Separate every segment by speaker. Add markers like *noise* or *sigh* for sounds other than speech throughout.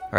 Speaker 1: All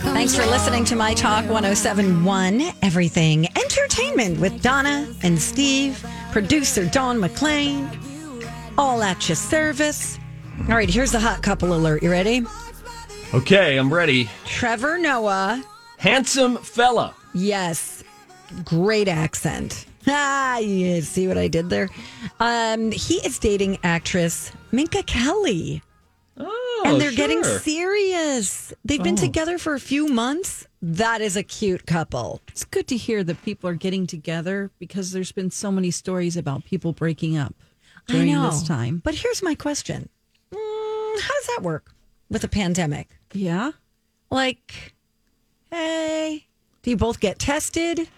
Speaker 2: Thanks for listening to My Talk 1071 Everything Entertainment with Donna and Steve, producer Don McLean, all at your service. All right, here's the hot couple alert. You ready?
Speaker 3: Okay, I'm ready.
Speaker 2: Trevor Noah.
Speaker 3: Handsome fella.
Speaker 2: Yes. Great accent. *laughs* Ah, you see what I did there? Um, he is dating actress Minka Kelly.
Speaker 3: Oh,
Speaker 2: and they're getting
Speaker 3: sure.
Speaker 2: serious. They've been together for a few months. That is a cute couple.
Speaker 4: It's good to hear that people are getting together because there's been so many stories about people breaking up during this time.
Speaker 2: But here's my question Mm, How does that work with a pandemic?
Speaker 4: Yeah.
Speaker 2: Like, hey, do you both get tested?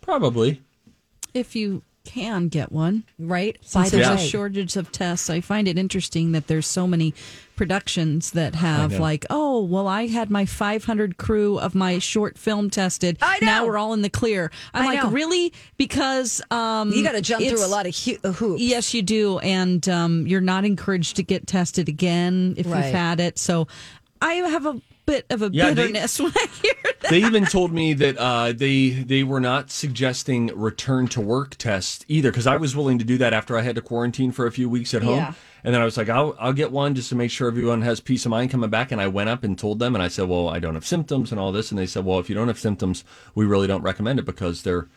Speaker 3: probably.
Speaker 4: If you can get one.
Speaker 2: Right?
Speaker 4: Since there's a
Speaker 2: way-
Speaker 4: shortage of tests, I find it interesting that there's so many productions that have like, oh, well, I had my 500 crew of my short film tested.
Speaker 2: I know.
Speaker 4: Now we're all in the clear. I'm
Speaker 2: I
Speaker 4: like,
Speaker 2: know.
Speaker 4: really? Because um,
Speaker 2: you got to jump through
Speaker 4: it's-
Speaker 2: a lot of hu- uh, hoops.
Speaker 4: Yes, you do, and um, you're not encouraged to get tested again if
Speaker 2: Right.
Speaker 4: you've had it. So, I have a bit of a
Speaker 3: Yeah, they-
Speaker 4: bitterness *laughs* when I hear that.
Speaker 3: They
Speaker 2: *laughs*
Speaker 3: even told me that uh, they they were not suggesting return to work tests either because I was willing to do that after I had to quarantine for a few weeks at home.
Speaker 4: Yeah.
Speaker 3: And then I was like, I'll, I'll get one just to make sure everyone has peace of mind coming back. And I went up and told them, and I said, Well, I don't have symptoms and all this. And they said, Well, if you don't have symptoms, we really don't recommend it because they're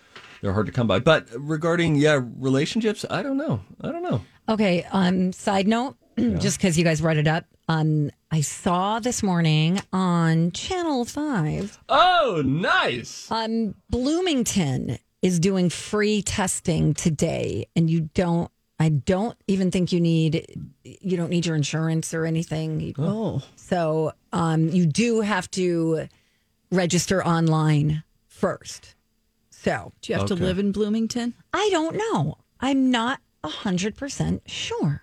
Speaker 3: they're hard to come by. But regarding yeah relationships, I don't know. I don't know.
Speaker 2: Okay. Um. Side note, *clears throat* just because you guys brought it up, um, I saw this morning on Channel Five,
Speaker 3: Oh, nice.
Speaker 2: um, Bloomington is doing free testing today, and you don't. I don't even think you need. You don't need your insurance or anything.
Speaker 4: Oh,
Speaker 2: So, um, you do have to register online first. So
Speaker 4: do you have
Speaker 3: Okay.
Speaker 4: to live in Bloomington?
Speaker 2: I don't know. I'm not hundred percent sure,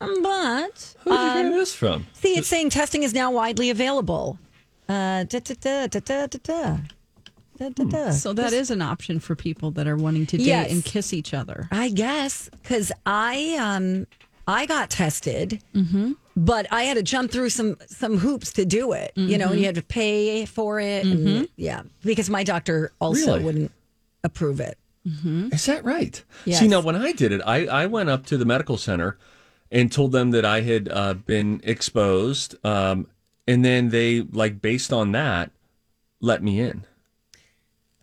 Speaker 2: Um, but.
Speaker 3: Who did you
Speaker 2: Um,
Speaker 3: hear this from?
Speaker 2: See, it's saying testing is now widely available. Uh, da, da, da, da, da, da, da. Da, da, da.
Speaker 4: So that is an option for people that are wanting to date
Speaker 2: Yes.
Speaker 4: and kiss each other.
Speaker 2: I guess because I um I got tested, but I had to jump through some some hoops to do it. You know, and you had to pay for it. And, yeah, because my doctor also
Speaker 3: Really?
Speaker 2: wouldn't approve it.
Speaker 3: Is that right?
Speaker 2: Hmm? Yes.
Speaker 3: See, now when I did it, I, I went up to the medical center and told them that I had uh, been exposed. Um, and then they, like, based on that, let me in.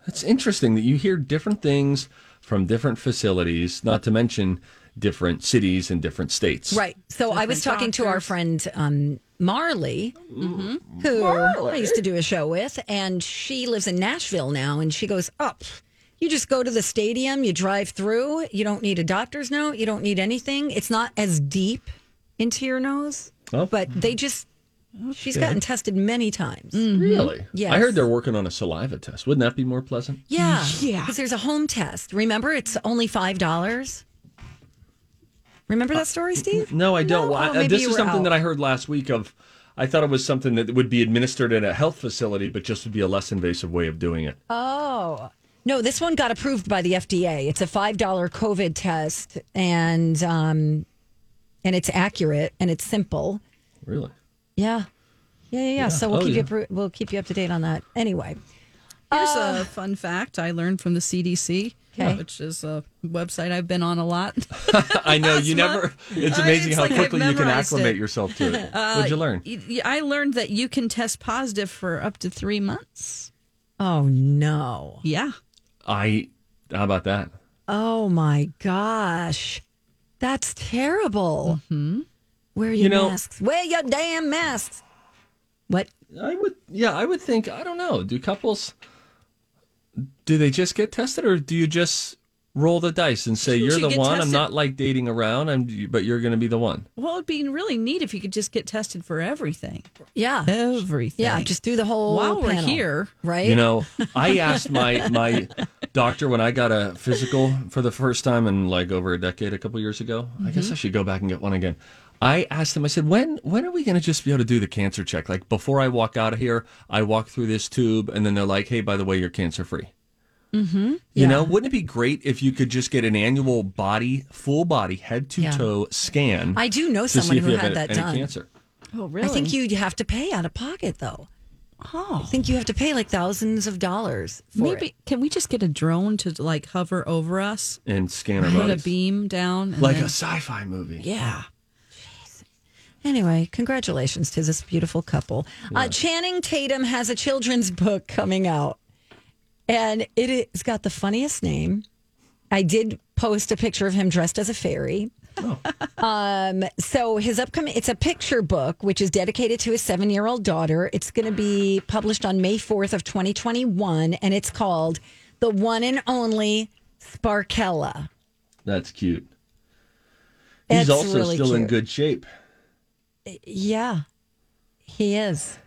Speaker 3: That's interesting that you hear different things from different facilities, not to mention different cities and different states.
Speaker 2: Right. So I was talking to our friend um, Marley,
Speaker 3: Mm-hmm.
Speaker 2: who I used to do a show with, and she lives in Nashville now. And she goes, "Up, you just go to the stadium, you drive through. You don't need a doctor's note. You don't need anything. It's not as deep into your nose,
Speaker 3: Oh.
Speaker 2: but they just." She's gotten tested many times.
Speaker 3: Mm. Really?
Speaker 2: Mm-hmm. Yes.
Speaker 3: I heard they're working on a saliva test. Wouldn't that be more pleasant?
Speaker 2: Yeah. Yeah. Because there's a home test. Remember, it's only $5. Remember that story, Steve?
Speaker 3: No, I don't.
Speaker 2: No?
Speaker 3: Well,
Speaker 2: Oh,
Speaker 3: I- uh,
Speaker 2: maybe
Speaker 3: this
Speaker 2: you
Speaker 3: is
Speaker 2: were
Speaker 3: something
Speaker 2: out.
Speaker 3: that I heard last week of I thought it was something that would be administered in a health facility, but just would be a less invasive way of doing it.
Speaker 2: Oh. No, this one got approved by the FDA. It's a five dollar COVID test, and um, and it's accurate and it's simple.
Speaker 3: Really? *laughs*
Speaker 2: Yeah, yeah, yeah. yeah. So we'll
Speaker 3: Oh,
Speaker 2: keep
Speaker 3: yeah.
Speaker 2: you appro- we'll keep you up to date on that. Anyway,
Speaker 4: Here's a fun fact I learned from the CDC,
Speaker 2: Okay.
Speaker 4: which is a website I've been on
Speaker 3: *laughs*
Speaker 4: a lot.
Speaker 3: I know you never. It's
Speaker 4: I-
Speaker 3: amazing
Speaker 4: it's
Speaker 3: how
Speaker 4: like I
Speaker 3: quickly you can
Speaker 4: memorized it.
Speaker 3: acclimate yourself to *laughs* it. What'd you learn?
Speaker 4: I learned that you can test positive for up to three months.
Speaker 2: Oh no.
Speaker 4: Yeah.
Speaker 3: I how about that?
Speaker 2: Oh my gosh. That's terrible. Mm-hmm. Wear your
Speaker 3: You know-
Speaker 2: masks. Wear your damn masks. What?
Speaker 3: I would yeah, I would think I don't know. Do couples do they just get tested or do you just roll the dice and say you're
Speaker 4: you
Speaker 3: the
Speaker 4: get
Speaker 3: one? I'm
Speaker 4: tested?"
Speaker 3: not like dating around, I'm but you're going to be the one.
Speaker 4: Well, it'd be really neat if you could just get tested for everything.
Speaker 2: Yeah.
Speaker 4: Everything.
Speaker 2: Yeah. Just do the whole
Speaker 4: while we're
Speaker 2: panel,
Speaker 4: here.
Speaker 2: right?
Speaker 3: You know,
Speaker 2: *laughs*
Speaker 3: I asked my my doctor when I got a physical for the first time in like over a decade, a couple years ago. I
Speaker 2: Mm-hmm.
Speaker 3: guess I should go back and get one again. I asked him. I said, "When when are we going to just be able to do the cancer check? Like before I walk out of here, I walk through this tube, and then they're like, "Hey, by the way, you're cancer free." Mm-hmm. You know, wouldn't it be great if you could just get an annual body, full body, head to toe scan?
Speaker 2: I do know
Speaker 3: to see
Speaker 2: someone
Speaker 3: if
Speaker 2: who
Speaker 3: you have
Speaker 2: had
Speaker 3: any-
Speaker 2: that
Speaker 3: any
Speaker 2: done.
Speaker 3: Cancer.
Speaker 4: Oh, really?
Speaker 2: I think you'd have to pay out of pocket though. Oh. I think you have to pay like thousands of dollars for
Speaker 4: maybe
Speaker 2: it.
Speaker 4: can we just get a drone to like hover over us,
Speaker 3: and scan our
Speaker 4: put a
Speaker 3: bodies.
Speaker 4: beam down, and
Speaker 3: like
Speaker 4: then-
Speaker 3: a sci-fi movie.
Speaker 2: Yeah. Anyway, congratulations to this beautiful couple. Uh, Channing Tatum has a children's book coming out, and it has got the funniest name. I did post a picture of him dressed as a fairy. *laughs* Um, so his upcoming it's a picture book which is dedicated to his seven year old daughter. It's going to be published on May fourth of twenty twenty one, and it's called "The One and Only Sparkella."
Speaker 3: That's cute.
Speaker 2: It's
Speaker 3: He's also
Speaker 2: really
Speaker 3: still in
Speaker 2: cute.
Speaker 3: good shape.
Speaker 2: Yeah, he is.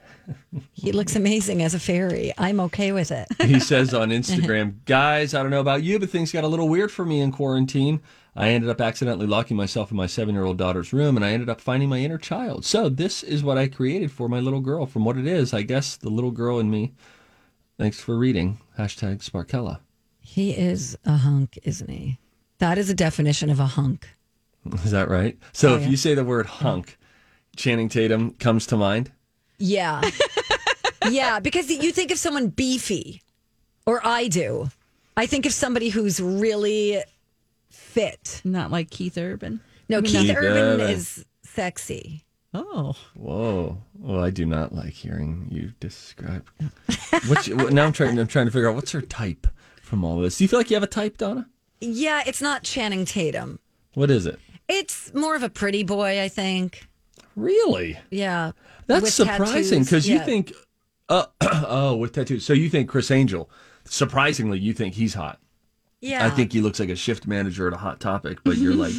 Speaker 2: He looks amazing as a fairy. I'm okay with it.
Speaker 3: He says on
Speaker 2: *laughs*
Speaker 3: Instagram, guys, I don't know about you, but things got a little weird for me in quarantine. I ended up accidentally locking myself in my seven year old daughter's room and I ended up finding my inner child. So, this is what I created for my little girl. From what it is, I guess the little girl in me. Thanks for reading. Hashtag Sparkella. *laughs*
Speaker 2: He is a hunk, isn't he? That is a definition of a hunk.
Speaker 3: Is that right? So,
Speaker 2: Oh,
Speaker 3: if you say the word hunk, Channing Tatum comes to mind.
Speaker 2: Yeah. *laughs* yeah, because you think of someone beefy, or I do. I think of somebody who's really fit.
Speaker 4: not like Keith Urban.
Speaker 2: No, Keith,
Speaker 3: Keith
Speaker 2: Urban
Speaker 3: Urban.
Speaker 2: is sexy.
Speaker 4: Oh,
Speaker 3: Whoa! Well, I do not like hearing you describe. *laughs* What's your, now? I'm trying. I'm trying to figure out what's her type from all this. Do you feel like you have a type, Donna?
Speaker 2: Yeah, it's not Channing Tatum.
Speaker 3: What is it?
Speaker 2: It's more of a pretty boy, I think.
Speaker 3: Really?
Speaker 2: Yeah.
Speaker 3: That's
Speaker 2: With
Speaker 3: surprising
Speaker 2: tattoos.
Speaker 3: because you
Speaker 2: Yeah.
Speaker 3: think, uh, *clears throat* oh, with tattoos. So you think Chris Angel? Surprisingly, you think he's hot.
Speaker 2: Yeah.
Speaker 3: I think he looks like a shift manager at a Hot Topic, but
Speaker 2: *laughs*
Speaker 3: you're like,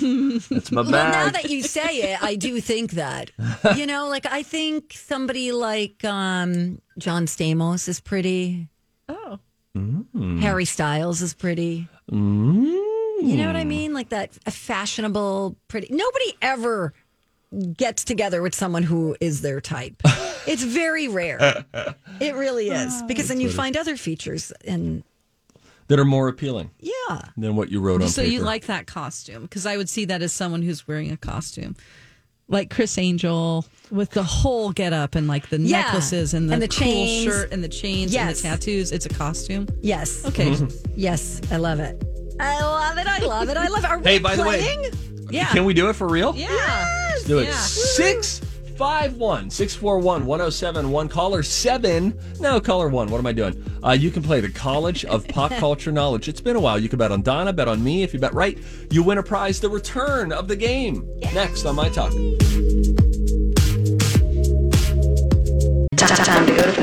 Speaker 3: that's my
Speaker 2: Well, now
Speaker 3: bag.
Speaker 2: that you say it, I do think that. You know, like I think somebody like um, John Stamos is pretty.
Speaker 4: oh,
Speaker 2: Harry Styles is pretty. You know what I mean? Like that fashionable, pretty. Nobody ever gets together with someone who is their type. it's very rare. It really is because then you find other features and
Speaker 3: that are more appealing
Speaker 2: yeah.
Speaker 3: than what you wrote on
Speaker 4: so
Speaker 3: paper.
Speaker 4: you like that costume? Because I would see that as someone who's wearing a costume, like Chris Angel with the whole getup and like the
Speaker 2: Yeah.
Speaker 4: necklaces and the,
Speaker 2: And the
Speaker 4: cool
Speaker 2: chains.
Speaker 4: shirt and the chains
Speaker 2: Yes.
Speaker 4: and the tattoos. It's a costume.
Speaker 2: Yes.
Speaker 3: Mm-hmm.
Speaker 4: Okay,
Speaker 2: Yes. I love it. I love it. I love it. I love it. Are
Speaker 3: Hey,
Speaker 2: we
Speaker 3: by the way-
Speaker 2: playing?
Speaker 4: yeah,
Speaker 3: Can we do it for real?
Speaker 4: yeah.
Speaker 3: Let's do it.
Speaker 4: Yeah.
Speaker 3: Six five one six four one one zero seven one caller seven. No caller one. What am I doing? Uh, you can play the College of Pop Culture Knowledge. It's been a while. You can bet on Donna, bet on me. If you bet right, you win a prize. The return of the game next on my talk.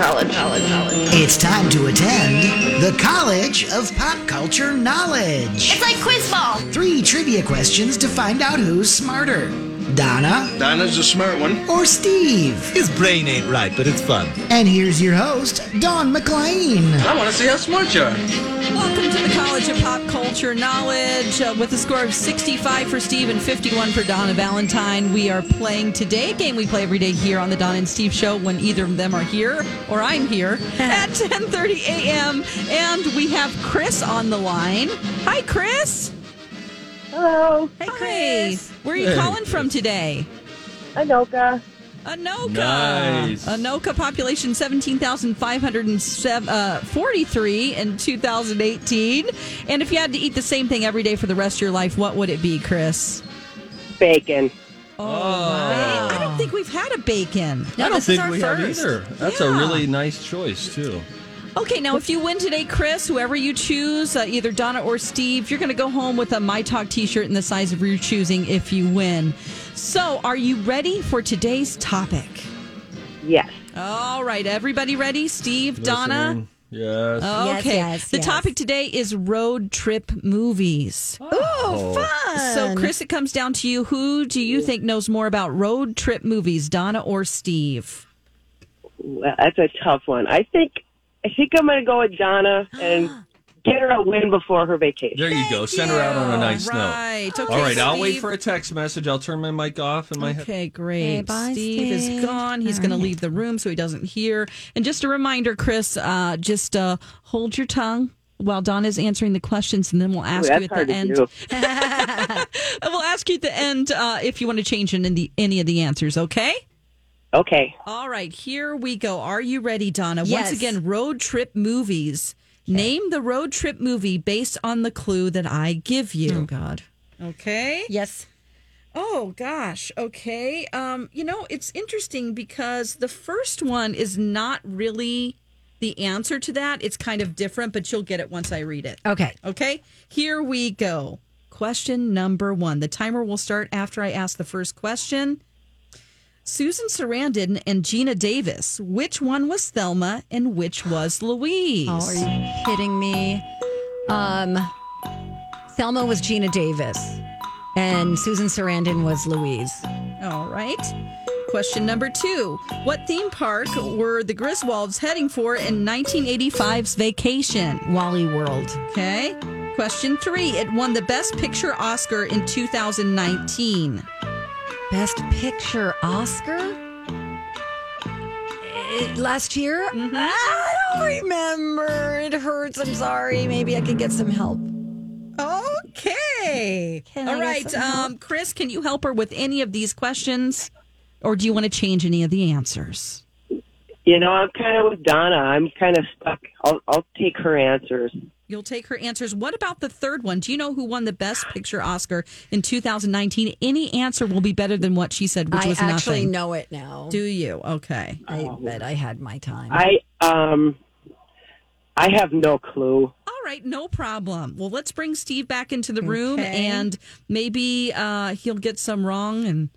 Speaker 5: It's time to attend the College of Pop Culture Knowledge.
Speaker 6: It's like quiz ball.
Speaker 5: Three trivia questions to find out who's smarter Donna
Speaker 7: Dinah's a smart one.
Speaker 5: or Steve.
Speaker 8: His brain ain't right, but it's fun.
Speaker 5: And here's your host, Don McLean.
Speaker 7: I want to see how smart you are.
Speaker 4: Welcome to the College of Pop Culture Knowledge uh, with a score of 65 for Steve and 51 for Donna Valentine. We are playing today a game we play every day here on the Don and Steve Show when either of them are here or I'm here at 10:30 a.m. And we have Chris on the line. Hi, Chris.
Speaker 9: Hello,
Speaker 4: Hey,
Speaker 2: Oh,
Speaker 4: Chris. Where are you
Speaker 3: Hey,
Speaker 4: calling from today?
Speaker 9: Anoka.
Speaker 4: Anoka.
Speaker 3: Nice.
Speaker 4: Anoka population 17,543 uh, in 2018. And if you had to eat the same thing every day for the rest of your life, what would it be, Chris?
Speaker 9: Bacon.
Speaker 4: Oh, I don't think we've had a bacon.
Speaker 2: No,
Speaker 3: I don't
Speaker 2: this is
Speaker 3: think
Speaker 2: our
Speaker 3: we
Speaker 2: first.
Speaker 3: have either. That's a
Speaker 4: Yeah.
Speaker 3: really nice choice too.
Speaker 4: Okay, now if you win today, Chris, whoever you choose, uh, either Donna or Steve, you're going to go home with a My Talk t shirt in the size of your choosing if you win. So, are you ready for today's topic?
Speaker 9: Yes.
Speaker 4: All right, everybody ready? Steve, Donna? Oh.
Speaker 3: Yes.
Speaker 2: Yes,
Speaker 4: Okay.
Speaker 2: yes,
Speaker 4: the
Speaker 2: yes.
Speaker 4: topic today is road trip movies.
Speaker 2: Oh, fun.
Speaker 4: So, Chris, it comes down to you. Who do you think knows more about road trip movies, Donna or Steve?
Speaker 9: Well, that's a tough one. I think I think I'm going to go with Donna and get her a win before her vacation.
Speaker 3: There you go. Send her out on a nice
Speaker 4: Right.
Speaker 3: note.
Speaker 4: Okay,
Speaker 3: All right. I'll wait
Speaker 4: Steve.
Speaker 3: for a text message. I'll turn my mic off and my head.
Speaker 4: Okay, great.
Speaker 2: Okay, bye,
Speaker 4: Steve,
Speaker 2: Steve.
Speaker 4: is gone. He's going to leave the room so he doesn't hear. And just a reminder, Chris, uh, just uh, hold your tongue while Donna's answering the questions, and then we'll ask
Speaker 9: that's
Speaker 4: you at
Speaker 9: hard
Speaker 4: the
Speaker 9: to
Speaker 4: end. *laughs*
Speaker 9: do.
Speaker 4: we'll ask you at the end uh, if you want to change in the, any of the answers. Okay.
Speaker 9: Okay.
Speaker 4: All right, here we go. Are you ready, Donna?
Speaker 2: Yes.
Speaker 4: Once again, road trip movies. Name the road trip movie based on the clue that I give you. Oh God. Okay.
Speaker 2: Yes.
Speaker 4: Oh gosh. Okay. Um, you know, it's interesting because the first one is not really the answer to that. It's kind of different, but you'll get it once I read it.
Speaker 2: Okay.
Speaker 4: Okay. Here we go. Question number one. The timer will start after I ask the first question. Susan Sarandon and Gina Davis. Which one was Thelma and which was Louise?
Speaker 2: Oh, are you kidding me? Um, Thelma was Gina Davis, and Susan Sarandon was Louise.
Speaker 4: All right. Question number two. What theme park were the Griswolds heading for in 1985's Vacation?
Speaker 2: Wally World.
Speaker 4: Okay. Question three. It won the Best Picture Oscar in 2019.
Speaker 2: Best Picture Oscar? Eh, last year?
Speaker 4: Mm-hmm.
Speaker 2: I don't remember. It hurts. I'm sorry. Maybe I could get some help.
Speaker 4: Okay.
Speaker 2: Can I
Speaker 4: All
Speaker 2: get
Speaker 4: right.
Speaker 2: some
Speaker 4: Um, Chris, can you help her with any of these questions? Or do you want to change any of the answers?
Speaker 9: You know, I'm kind of with Donna. I'm kind of stuck. I'll, I'll take her answers.
Speaker 4: You'll take her answers. What about the third one? Do you know who won the Best Picture Oscar in 2019? Any answer will be better than what she said, which
Speaker 2: I
Speaker 4: was
Speaker 2: actually
Speaker 4: nothing.
Speaker 2: know it now.
Speaker 4: Do you? Okay.
Speaker 2: I bet I had my time.
Speaker 9: I um, I have no clue.
Speaker 4: All right, no problem. Well, let's bring Steve back into the room, and maybe uh, he'll get some wrong, and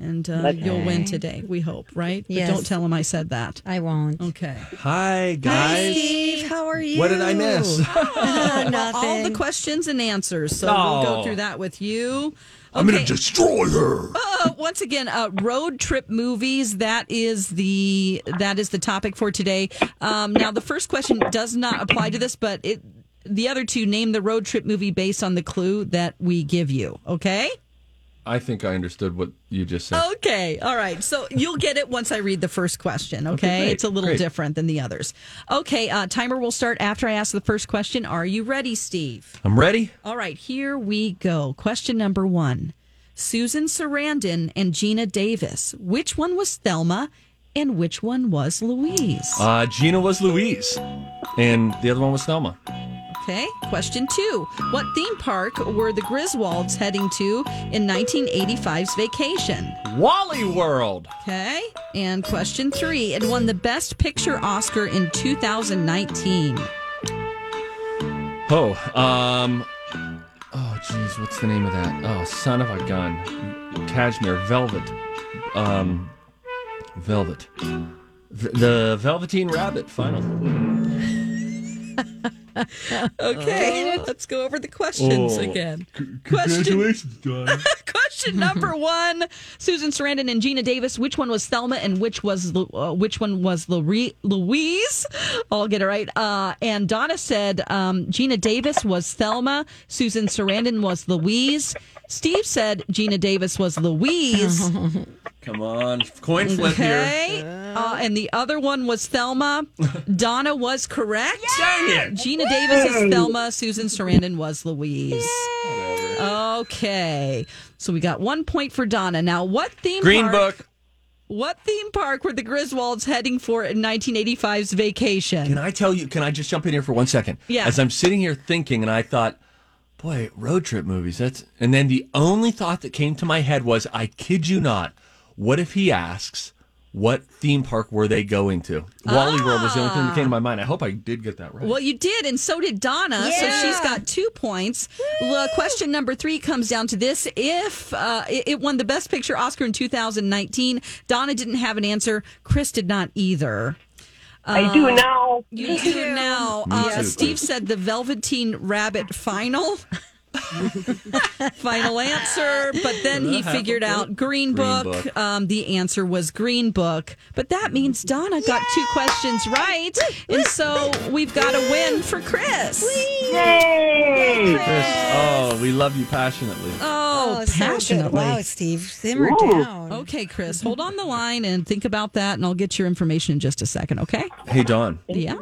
Speaker 4: and uh, you'll win today. We hope, right? But
Speaker 2: Yes.
Speaker 4: don't tell him I said that.
Speaker 2: I won't.
Speaker 4: Okay.
Speaker 3: Hi, guys.
Speaker 2: Steve, how are you?
Speaker 3: What did
Speaker 2: *laughs*
Speaker 3: I miss?
Speaker 4: All the
Speaker 2: Nothing.
Speaker 4: questions and answers. So
Speaker 3: Oh.
Speaker 4: we'll go through that with you.
Speaker 3: I'm going to destroy her.
Speaker 4: Uh, once again, uh, road trip movies. That is the that is the topic for today. Um, now, the first question does not apply to this, but it the other two name the road trip movie based on the clue that we give you. Okay.
Speaker 3: I think I understood what you just
Speaker 4: Oh.
Speaker 3: said.
Speaker 4: Okay. All right. So you'll get it once I read the first question. Okay.
Speaker 3: great,
Speaker 4: it's a little
Speaker 3: great.
Speaker 4: different than the others. Okay. Uh, timer will start after I ask the first question. Are you ready, Steve?
Speaker 3: I'm ready.
Speaker 4: All right. Here we go. Question number one Susan Sarandon and Gina Davis. Which one was Thelma and which one was Louise?
Speaker 3: Uh, Gina was Louise, and the other one was Thelma.
Speaker 4: Okay. Question two What theme park were the Griswolds heading to in 1985's vacation?
Speaker 3: Wally World.
Speaker 4: Okay. And question three. It won the Best Picture Oscar in 2019.
Speaker 3: Oh, um, oh, geez, what's the name of that? Oh, son of a gun, cashmere, velvet, um, velvet, V- the Velveteen Rabbit. Final.
Speaker 4: Okay. Let's go over the questions
Speaker 3: Oh.
Speaker 4: again. Question,
Speaker 3: Congratulations, Don.
Speaker 4: *laughs* question number one. Susan Sarandon and Gina Davis. Which one was Thelma and which was Lu- uh, which one was Lori- Louise? I'll get it right. Uh, and Donna said um, Gina Davis was Thelma. Susan Sarandon was Louise. Steve said Gina Davis was Louise.
Speaker 3: Come on, coin flip here.
Speaker 4: Okay. Uh, and the other one
Speaker 3: *laughs*
Speaker 4: was Thelma. Donna was correct.
Speaker 3: Dang it!
Speaker 4: Gina Davis is Thelma. Susan Sarandon was Louise. Okay. So we got one point for Donna. Now, what theme
Speaker 3: Green
Speaker 4: park,
Speaker 3: Book.
Speaker 4: What theme park were the Griswolds heading for in 1985's Vacation?
Speaker 3: Can I tell you? Can I just jump in here for one second?
Speaker 4: Yeah.
Speaker 3: As I'm sitting here thinking, and I thought, boy, road trip movies. That's. And then the only thought that came to my head was, I kid you not, what if he asks, What theme park were they going to? Wally World was the only thing that came to my mind. I hope I did get that right.
Speaker 4: Well, you did, and so did Donna. So she's got two points. Well, question number three comes down to this: if uh, it, it won the Best Picture Oscar in 2019, Donna didn't have an answer. Chris did not either.
Speaker 9: I
Speaker 10: Uh,
Speaker 9: do now.
Speaker 4: You do now.
Speaker 3: Me
Speaker 4: Uh,
Speaker 3: too.
Speaker 4: Steve said the Velveteen Rabbit final. *laughs* final answer, but then he figured out Green
Speaker 3: Green
Speaker 4: Book.
Speaker 3: Book.
Speaker 4: Um, the answer was Green Book, but that means Donna got two questions right, and so we've got a win for Chris.
Speaker 9: Yay!
Speaker 3: Chris, oh, we love you passionately.
Speaker 4: Oh,
Speaker 2: so good.
Speaker 4: passionately.
Speaker 2: wow, Steve, simmer
Speaker 9: Ooh.
Speaker 2: down.
Speaker 4: Okay, Chris, hold on the line and think about that, and I'll get your information in just a second. Okay?
Speaker 3: Hey, Dawn,
Speaker 4: Yeah.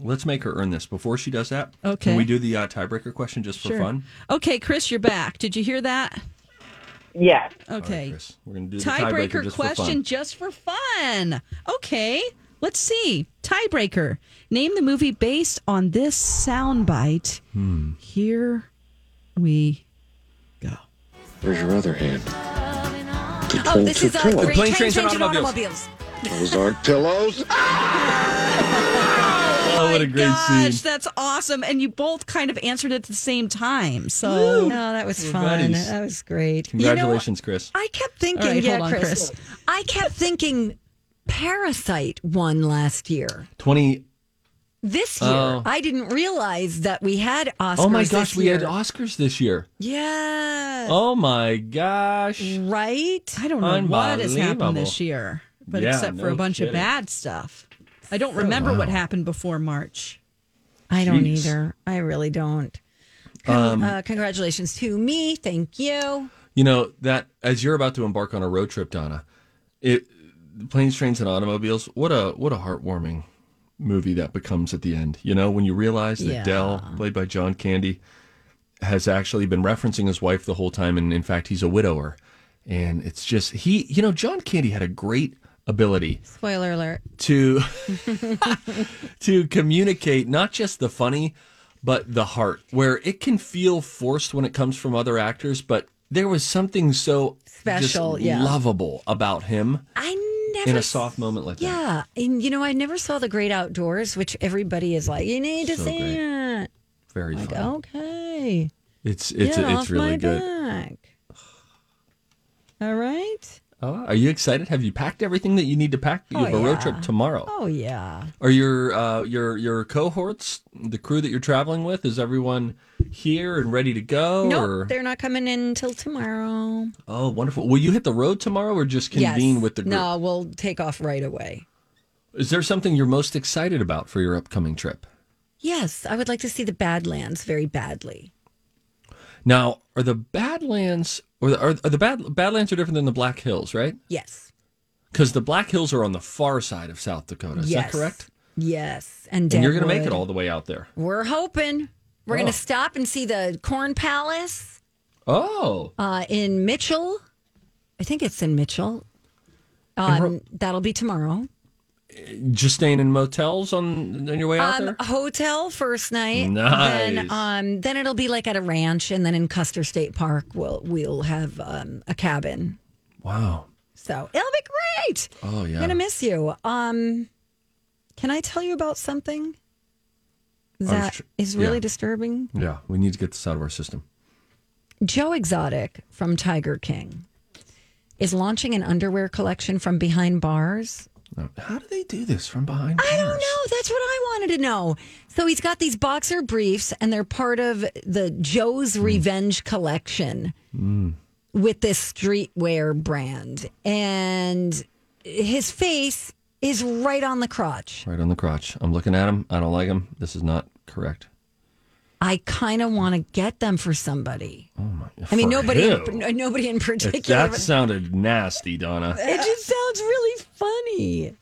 Speaker 3: let's make her earn this. Before she does that,
Speaker 4: Okay.
Speaker 3: can we do the uh, tiebreaker question just for fun?
Speaker 4: Okay, Chris, you're back. Did you hear that?
Speaker 9: Yes.
Speaker 3: All right,
Speaker 4: Okay.
Speaker 3: Chris, we're going to do the tiebreaker,
Speaker 4: tiebreaker
Speaker 3: just for
Speaker 4: question
Speaker 3: fun.
Speaker 4: just for fun. Okay, let's see. Tiebreaker. Name the movie based on this soundbite.
Speaker 3: Hmm.
Speaker 4: Here we go.
Speaker 6: Where's your other
Speaker 10: *laughs*
Speaker 6: hand? The
Speaker 2: Oh, this is uh,
Speaker 6: pillow.
Speaker 2: great
Speaker 3: Plane,
Speaker 2: train,
Speaker 3: trains,
Speaker 2: trains,
Speaker 3: and
Speaker 2: and
Speaker 3: automobiles.
Speaker 2: automobiles.
Speaker 6: Those aren't pillows.
Speaker 3: Oh, what a great scene.
Speaker 4: Gosh, that's awesome. And you both kind of answered at the same time. So.
Speaker 2: Oh, no, that was
Speaker 3: We're
Speaker 2: fun.
Speaker 3: buddies.
Speaker 2: That was great. You know,
Speaker 3: Congratulations, Chris.
Speaker 2: I kept thinking,
Speaker 4: All right,
Speaker 2: yeah,
Speaker 4: hold on,
Speaker 2: Chris. I kept thinking, Parasite won last year.
Speaker 3: 20.
Speaker 2: This year,
Speaker 3: Oh.
Speaker 2: I didn't realize that we had Oscars.
Speaker 3: Oh, my
Speaker 2: this
Speaker 3: gosh, we had
Speaker 2: year.
Speaker 3: Oscars this year.
Speaker 2: Yeah.
Speaker 3: Oh, my gosh.
Speaker 2: Right.
Speaker 4: I don't know what has happened this
Speaker 3: Unbelievable.
Speaker 4: year, but
Speaker 3: Yeah,
Speaker 4: except for
Speaker 3: no
Speaker 4: a bunch
Speaker 3: kidding.
Speaker 4: of bad stuff. I don't remember what happened before March.
Speaker 2: I don't
Speaker 3: Jeez.
Speaker 2: either. I really don't.
Speaker 3: Um,
Speaker 2: Con- uh, congratulations to me. Thank you.
Speaker 3: You know that as you're about to embark on a road trip, Donna, it planes, trains, and automobiles. What a what a heartwarming movie that becomes at the end. You know when you realize that
Speaker 2: Yeah.
Speaker 3: Dell, played by John Candy, has actually been referencing his wife the whole time, and in fact he's a widower, and it's just he. You know John Candy had a great ability
Speaker 2: Spoiler alert.
Speaker 3: to *laughs* to communicate not just the funny but the heart where it can feel forced when it comes from other actors but there was something so just
Speaker 2: Special, yeah.
Speaker 3: lovable about him
Speaker 2: I never
Speaker 3: in a soft moment like that
Speaker 2: Yeah, and you know, I never saw the Great Outdoors, which everybody is like, you need to
Speaker 3: So
Speaker 2: see
Speaker 3: great.
Speaker 2: it.
Speaker 3: very
Speaker 2: Like,
Speaker 3: fun
Speaker 2: okay,
Speaker 3: it's it's
Speaker 2: get
Speaker 3: it's
Speaker 2: off
Speaker 3: really
Speaker 2: my
Speaker 3: good
Speaker 2: back. All right.
Speaker 3: oh, are you excited have you packed everything that you need to pack you
Speaker 2: Oh,
Speaker 3: have a road
Speaker 2: yeah.
Speaker 3: trip tomorrow
Speaker 2: Oh yeah.
Speaker 3: are your uh your your cohorts the crew that you're traveling with is everyone here and ready to go
Speaker 2: No,
Speaker 3: or
Speaker 2: they're not coming in until tomorrow.
Speaker 3: oh wonderful will you hit the road tomorrow or just convene
Speaker 2: yes.
Speaker 3: with the group
Speaker 2: No, we'll take off right away.
Speaker 3: Is there something you're most excited about for your upcoming trip?
Speaker 2: Yes, I would like to see the Badlands very badly.
Speaker 3: Now, are the Badlands or the, are, are the Bad, Badlands are different than the Black Hills, right?
Speaker 2: Yes.
Speaker 3: Because the Black Hills are on the far side of South Dakota. Is
Speaker 2: yes.
Speaker 3: that correct?
Speaker 2: Yes, and,
Speaker 3: And you're going to make
Speaker 2: Deadwood.
Speaker 3: it all the way out there.
Speaker 2: We're hoping. We're going
Speaker 3: Oh.
Speaker 2: to stop and see the Corn Palace.
Speaker 3: Oh,
Speaker 2: uh, in Mitchell. I think it's in Mitchell. Um, that'll be tomorrow.
Speaker 3: just staying in motels on on your way out
Speaker 2: Um,
Speaker 3: there.
Speaker 2: hotel first night.
Speaker 3: Nice.
Speaker 2: Then, um, then it'll be like at a ranch, and then in Custer State Park, we'll we'll have um, a cabin.
Speaker 3: Wow.
Speaker 2: So it'll be great.
Speaker 3: Oh
Speaker 2: I'm
Speaker 3: yeah.
Speaker 2: gonna miss you. Um, can I tell you about something
Speaker 3: was
Speaker 2: that is
Speaker 3: tr-
Speaker 2: really
Speaker 3: yeah.
Speaker 2: disturbing?
Speaker 3: yeah, we need to get this out of our system.
Speaker 2: Joe Exotic from Tiger King is launching an underwear collection from behind bars.
Speaker 3: No. How do they do this from behind?
Speaker 2: I don't
Speaker 3: bars?
Speaker 2: know. Oh, That's what I wanted to know. So he's got these boxer briefs, and they're part of the Joe's
Speaker 3: Hmm.
Speaker 2: Revenge collection with this streetwear brand. And his face is right on the crotch.
Speaker 3: Right on the crotch. I'm looking at him. I don't like him. This is not correct.
Speaker 2: I kind of want to get them for somebody.
Speaker 3: Oh my.
Speaker 2: I mean,
Speaker 3: For
Speaker 2: nobody,
Speaker 3: who?
Speaker 2: in, *laughs* nobody in particular.
Speaker 3: That sounded nasty, Donna.
Speaker 2: It just sounds really funny.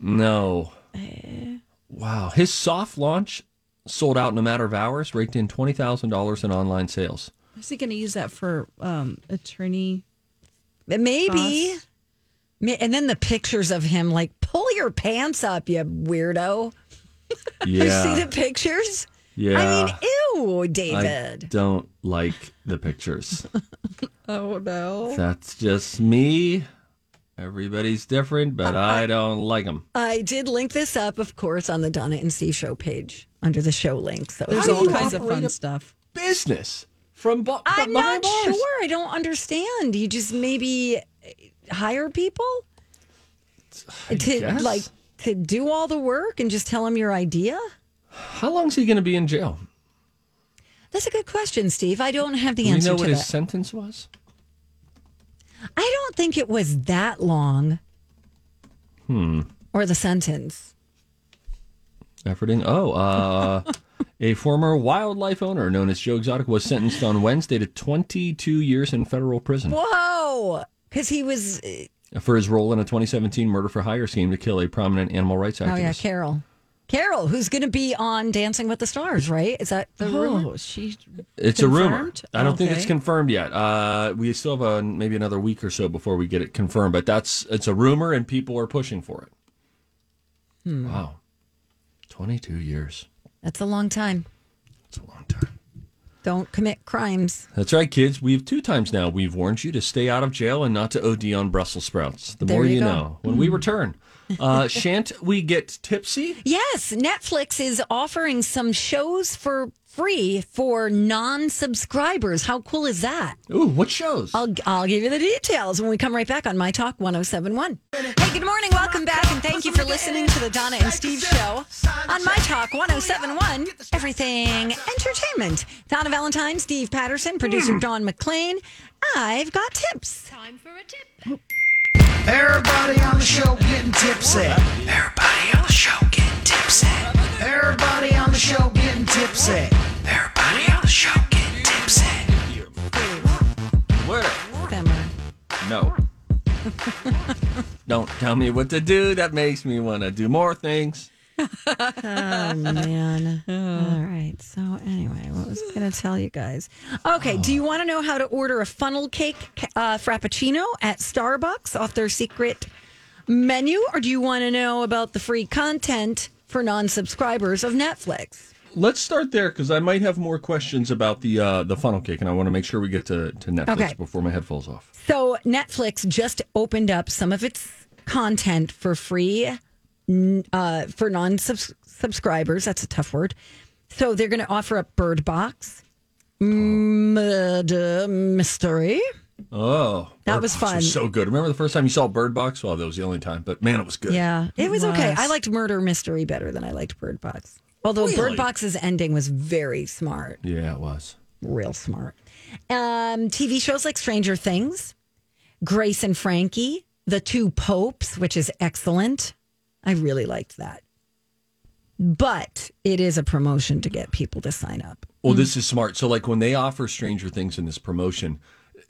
Speaker 3: No.
Speaker 2: Eh.
Speaker 3: wow. His soft launch sold out in a matter of hours, raked in $20,000 in
Speaker 2: *laughs*
Speaker 3: online sales.
Speaker 4: Is he going to use that for um, attorney?
Speaker 2: Maybe.
Speaker 4: Boss.
Speaker 2: Ma- And then the pictures of him, like, pull your pants up, you weirdo. You see the pictures?
Speaker 3: yeah.
Speaker 2: I mean, ew, David.
Speaker 3: don't like the pictures.
Speaker 4: Oh no!
Speaker 3: That's just me. Everybody's different,
Speaker 2: Uh,
Speaker 3: but I don't like them.
Speaker 2: I did link this up, of course, on the Donna and Steve show page under the show link. So
Speaker 4: There's
Speaker 2: How do
Speaker 4: all
Speaker 2: you
Speaker 4: kinds of
Speaker 2: operate
Speaker 4: fun
Speaker 2: a-
Speaker 4: stuff.
Speaker 3: Business from, bo- from
Speaker 2: I'm not
Speaker 3: behind bars.
Speaker 2: sure. I don't understand. You just maybe eh, hire people to
Speaker 3: guess.
Speaker 2: like to do all the work and just tell them your idea.
Speaker 3: How long is he going to be in jail?
Speaker 2: That's a good question, Steve. I don't have the
Speaker 3: Do you
Speaker 2: answer
Speaker 3: know
Speaker 2: to
Speaker 3: what
Speaker 2: that.
Speaker 3: his sentence was?
Speaker 2: I don't think it was that long
Speaker 3: Hmm.
Speaker 2: or the sentence.
Speaker 3: Efforting. Oh, uh, a former wildlife owner known as Joe Exotic was sentenced on Wednesday to 22 years in federal prison
Speaker 2: Whoa, because he was. Oh
Speaker 3: for his role in a 2017 murder for hire scheme to kill a prominent animal rights activist.
Speaker 2: Oh, yeah, Carol. Carol, who's going to be on Dancing with the Stars, right? Is that the rumor?
Speaker 4: Oh, she.
Speaker 3: It's a rumor.
Speaker 4: Confirmed?
Speaker 3: I don't think
Speaker 4: Okay.
Speaker 3: it's confirmed yet. Uh, we still have a, maybe another week or so before we get it confirmed, but that's it's a rumor and people are pushing for it. Wow. 22 years.
Speaker 2: That's a long time.
Speaker 3: It's a long time.
Speaker 2: Don't commit crimes.
Speaker 3: That's right, kids. We've two times now we've warned you to stay out of jail and not to OD on Brussels sprouts. The
Speaker 2: There
Speaker 3: more
Speaker 2: you
Speaker 3: you,
Speaker 2: go.
Speaker 3: know. When we return,
Speaker 2: *laughs*
Speaker 3: uh, shan't we get tipsy?
Speaker 2: Yes, Netflix is offering some shows for free for non-subscribers. How cool is that?
Speaker 3: Ooh, what shows?
Speaker 2: I'll, I'll give you the details when we come right back on My Talk 1071. Hey, good morning. Welcome back, and thank you for listening to the Donna and Steve show on My Talk 1071. Everything entertainment. Donna Valentine, Steve Patterson, producer Dawn McLean. I've got tips.
Speaker 11: Time for a tip.
Speaker 5: Everybody on the show getting tipsy. Everybody on the show getting tipsy. Everybody on the show getting tipsy. Everybody on the show getting tipsy.
Speaker 3: Where?
Speaker 2: Bummer.
Speaker 3: No.
Speaker 2: *laughs*
Speaker 3: don't tell me what to do. That makes me want to do more things.
Speaker 2: oh man. All right. So anyway, what was I going to tell you guys? Okay. Do you want to know how to order a funnel cake uh, frappuccino at Starbucks off their secret menu, or do you want to know about the free content for non-subscribers of Netflix?
Speaker 3: Let's start there because I might have more questions about the uh, the funnel cake, and I want to make sure we get to, to Netflix
Speaker 2: Okay.
Speaker 3: before my head falls off.
Speaker 2: So Netflix just opened up some of its content for free n- uh, for non-subscribers. That's a tough word. So they're going to offer up Bird Box, Murder Mystery.
Speaker 3: Oh,
Speaker 2: That
Speaker 3: Bird
Speaker 2: was
Speaker 3: Box
Speaker 2: fun.
Speaker 3: so good. Remember the first time you saw Bird Box? Well, that was the only time, but man, it was good.
Speaker 2: Yeah, it was
Speaker 4: It
Speaker 2: okay.
Speaker 4: was.
Speaker 2: I liked Murder Mystery better than I liked Bird Box. Although
Speaker 3: Really?
Speaker 2: Bird Box's ending was very smart,
Speaker 3: yeah, it was.
Speaker 2: real smart. Um, TV shows like Stranger Things, Grace and Frankie, The Two Popes, which is excellent. I really liked that. But it is a promotion to get people to sign up.
Speaker 3: Well, this is smart. So, like when they offer Stranger Things in this promotion,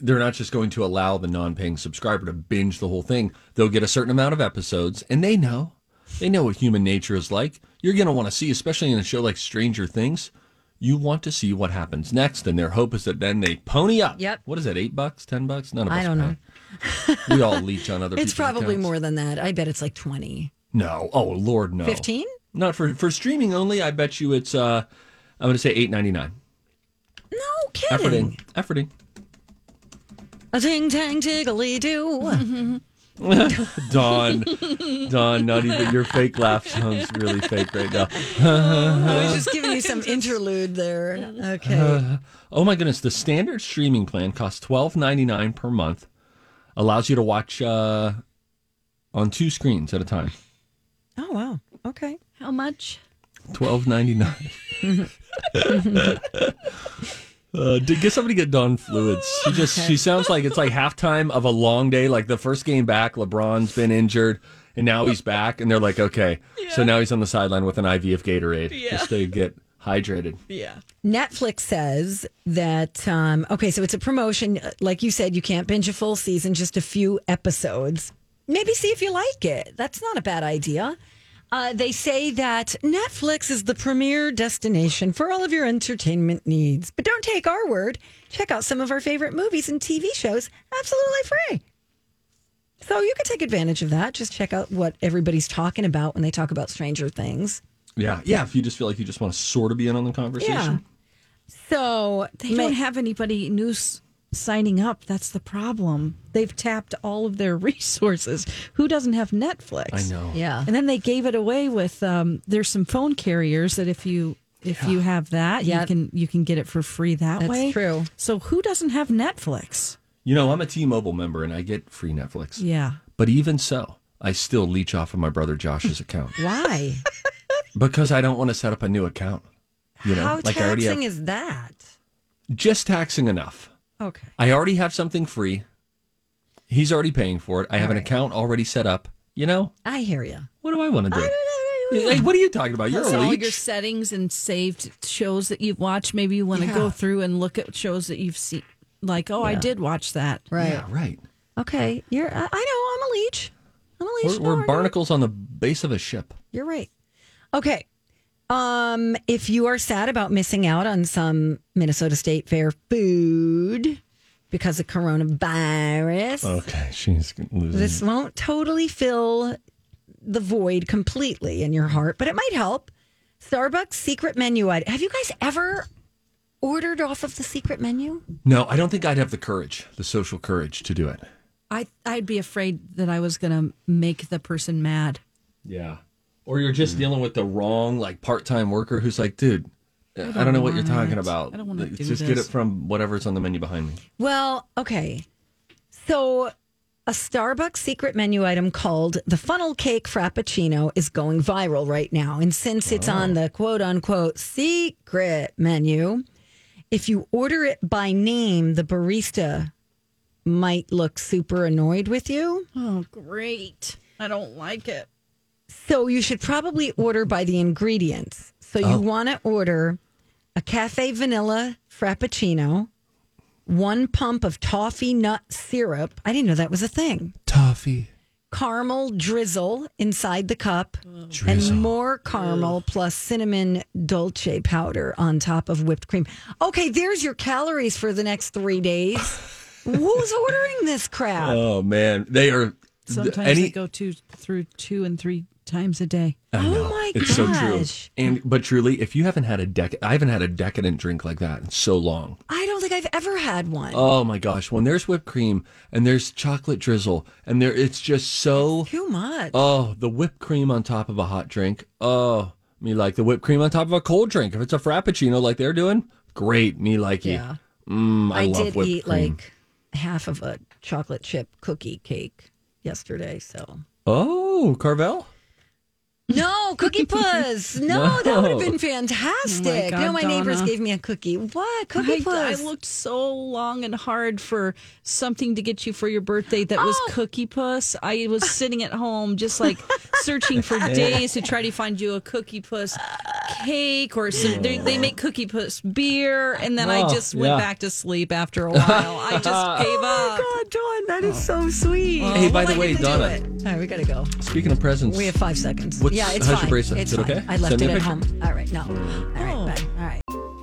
Speaker 3: they're not just going to allow the non-paying subscriber to binge the whole thing. They'll get a certain amount of episodes, and they know, they know what human nature is like. You're going to want to see, especially in a show like Stranger Things, you want to see what happens next. And their hope is that then they pony up.
Speaker 2: Yep.
Speaker 3: What is that? Eight bucks? Ten bucks? None of us.
Speaker 2: I don't know.
Speaker 3: pay.
Speaker 2: *laughs*
Speaker 3: We all leech on other.
Speaker 2: It's
Speaker 3: people's
Speaker 2: probably
Speaker 3: accounts.
Speaker 2: more than that. I bet it's like 20,
Speaker 3: No. Oh Lord, no.
Speaker 2: 15?
Speaker 3: Not for for streaming only. I bet you it's. uh I'm going to say eight ninety nine.
Speaker 2: No kidding.
Speaker 3: Efforting. Efforting.
Speaker 2: A ding dang diggly *laughs* do.
Speaker 3: Don, Don, not even your fake laugh sounds really fake right now.
Speaker 2: I was just giving you some interlude there. Okay.
Speaker 3: Uh, oh my goodness, the standard streaming plan costs twelve ninety nine per month, allows you to watch uh, on two screens at a time.
Speaker 2: Oh wow. Okay.
Speaker 4: How much?
Speaker 3: Twelve ninety nine. Uh, did, get somebody get Don fluids. She just she sounds like it's like halftime of a long day. Like the first game back, LeBron's been injured, and now he's back, and they're like, okay, so now he's on the sideline with an IV of Gatorade just to get hydrated.
Speaker 4: Yeah.
Speaker 2: Netflix says that um, okay, so it's a promotion. Like you said, you can't binge a full season, just a few episodes. Maybe see if you like it. That's not a bad idea. Uh, they say that Netflix is the premier destination for all of your entertainment needs. But don't take our word. Check out some of our favorite movies and TV shows absolutely free. So you could take advantage of that. Just check out what everybody's talking about when they talk about Stranger Things.
Speaker 3: Yeah, yeah. If you just feel like you just want to sort of be in on the conversation,
Speaker 2: So
Speaker 4: They
Speaker 2: ma-
Speaker 4: don't have anybody new s- signing up. That's the problem. They've tapped all of their *laughs* resources. Who doesn't have Netflix?
Speaker 3: I know.
Speaker 2: Yeah.
Speaker 4: And then they gave it away with um, there's some phone carriers that if you if you have that, you
Speaker 2: Yep.
Speaker 4: can you can get it for free that
Speaker 2: That's
Speaker 4: way.
Speaker 2: true.
Speaker 4: So who doesn't have Netflix?
Speaker 3: You know, I'm a T-Mobile member and I get free Netflix.
Speaker 4: Yeah.
Speaker 3: But even so, I still leech off of my brother Josh's account
Speaker 2: Why?
Speaker 3: because I don't want to set up a new account. You know,
Speaker 2: How
Speaker 3: like I already
Speaker 2: taxing
Speaker 3: have
Speaker 2: is that?
Speaker 3: just taxing enough.
Speaker 4: Okay.
Speaker 3: I already have something free. He's already paying for it. I have an account already set up. You know,
Speaker 2: I hear you.
Speaker 3: what do I want to do? Hey, what are you talking about? You're
Speaker 4: So
Speaker 3: a
Speaker 4: all
Speaker 3: leech.
Speaker 4: your settings and saved shows that you've watched. Maybe you want to go through and look at shows that you've seen. Like, oh, I did watch that.
Speaker 2: Right.
Speaker 3: Yeah, right.
Speaker 4: Okay, you're. I, I know. I'm a leech. I'm a
Speaker 3: We're,
Speaker 4: leech.
Speaker 3: we're barnacles on the base of a ship.
Speaker 2: You're right. Okay. Um, if you are sad about missing out on some Minnesota State Fair food because of coronavirus,
Speaker 3: Okay, she's losing.
Speaker 2: this won't totally fill the void completely in your heart, but it might help. Starbucks secret menu. item. Have you guys ever ordered off of the secret menu?
Speaker 3: No, I don't think I'd have the courage, the social courage to do it.
Speaker 4: I I'd be afraid that I was gonna make the person mad.
Speaker 3: Yeah. Or you're just dealing with the wrong, like part-time worker who's like, dude, I don't, know what you're
Speaker 4: want
Speaker 3: talking
Speaker 4: it.
Speaker 3: about.
Speaker 4: I don't wanna
Speaker 3: Like,
Speaker 4: do
Speaker 3: Just get it
Speaker 4: this."
Speaker 3: from whatever's on the menu behind me.
Speaker 2: Well, okay. So, a Starbucks secret menu item called the funnel cake frappuccino is going viral right now. And since it's on the quote unquote secret menu, if you order it by name, the barista might look super annoyed with you.
Speaker 4: Oh, great! I don't like it.
Speaker 2: So, you should probably order by the ingredients. So, you want to order a cafe vanilla frappuccino, one pump of toffee nut syrup. I didn't know that was a thing.
Speaker 3: Toffee.
Speaker 2: caramel drizzle inside the cup and more caramel plus cinnamon dolce powder on top of whipped cream. Okay, there's your calories for the next three days. Who's ordering this crap?
Speaker 3: Oh man, they are
Speaker 4: Sometimes they
Speaker 3: any.
Speaker 4: go two through two and three times a day.
Speaker 3: I know,
Speaker 2: oh my
Speaker 3: it's so true.
Speaker 2: gosh.
Speaker 3: And but truly, if you haven't had a dec, I haven't had a decadent drink like that in so long.
Speaker 2: I don't think I've ever had one.
Speaker 3: Oh my gosh, when there's whipped cream and there's chocolate drizzle and there, it's just so.
Speaker 2: Too much.
Speaker 3: Oh, the whipped cream on top of a hot drink. Oh, me like the whipped cream on top of a cold drink. If it's a frappuccino like they're doing, great. Me like
Speaker 2: Yeah.
Speaker 3: you. Mm, I,
Speaker 2: I,
Speaker 3: love
Speaker 2: did
Speaker 3: whipped
Speaker 2: eat
Speaker 3: cream.
Speaker 2: like half of a chocolate chip cookie cake yesterday, so
Speaker 3: Oh, Carvel.
Speaker 2: No, cookie *laughs* puss. No, that would have been fantastic.
Speaker 4: God,
Speaker 2: no, Oh my neighbors
Speaker 4: Donna.
Speaker 2: gave me a cookie. What? Cookie
Speaker 4: I, I
Speaker 2: puss.
Speaker 4: looked so long and hard for something to get you for your birthday that was
Speaker 3: Oh.
Speaker 4: Cookie Puss. I was sitting at home just like
Speaker 3: *laughs*
Speaker 4: searching for days to try to find you a Cookie Puss cake or some. They, they make Cookie Puss beer, and then I
Speaker 3: Oh,
Speaker 4: just went
Speaker 3: yeah.
Speaker 4: back to sleep after a while. I just
Speaker 3: *laughs*
Speaker 4: gave up.
Speaker 2: God, Dawn, that is so sweet.
Speaker 3: hey, by the
Speaker 4: well, I
Speaker 3: way,
Speaker 4: didn't do
Speaker 3: Donna.
Speaker 2: All right, we gotta go.
Speaker 3: Speaking of presents,
Speaker 2: We have five seconds.
Speaker 3: What's-
Speaker 2: yeah, it's
Speaker 3: how's your
Speaker 2: fine.
Speaker 3: bracelet?
Speaker 2: It's
Speaker 3: Is it
Speaker 2: fine.
Speaker 3: okay?
Speaker 2: I left
Speaker 3: Send me
Speaker 2: it
Speaker 3: a
Speaker 2: at
Speaker 3: picture.
Speaker 2: home. All right, no. All right, bye. All right.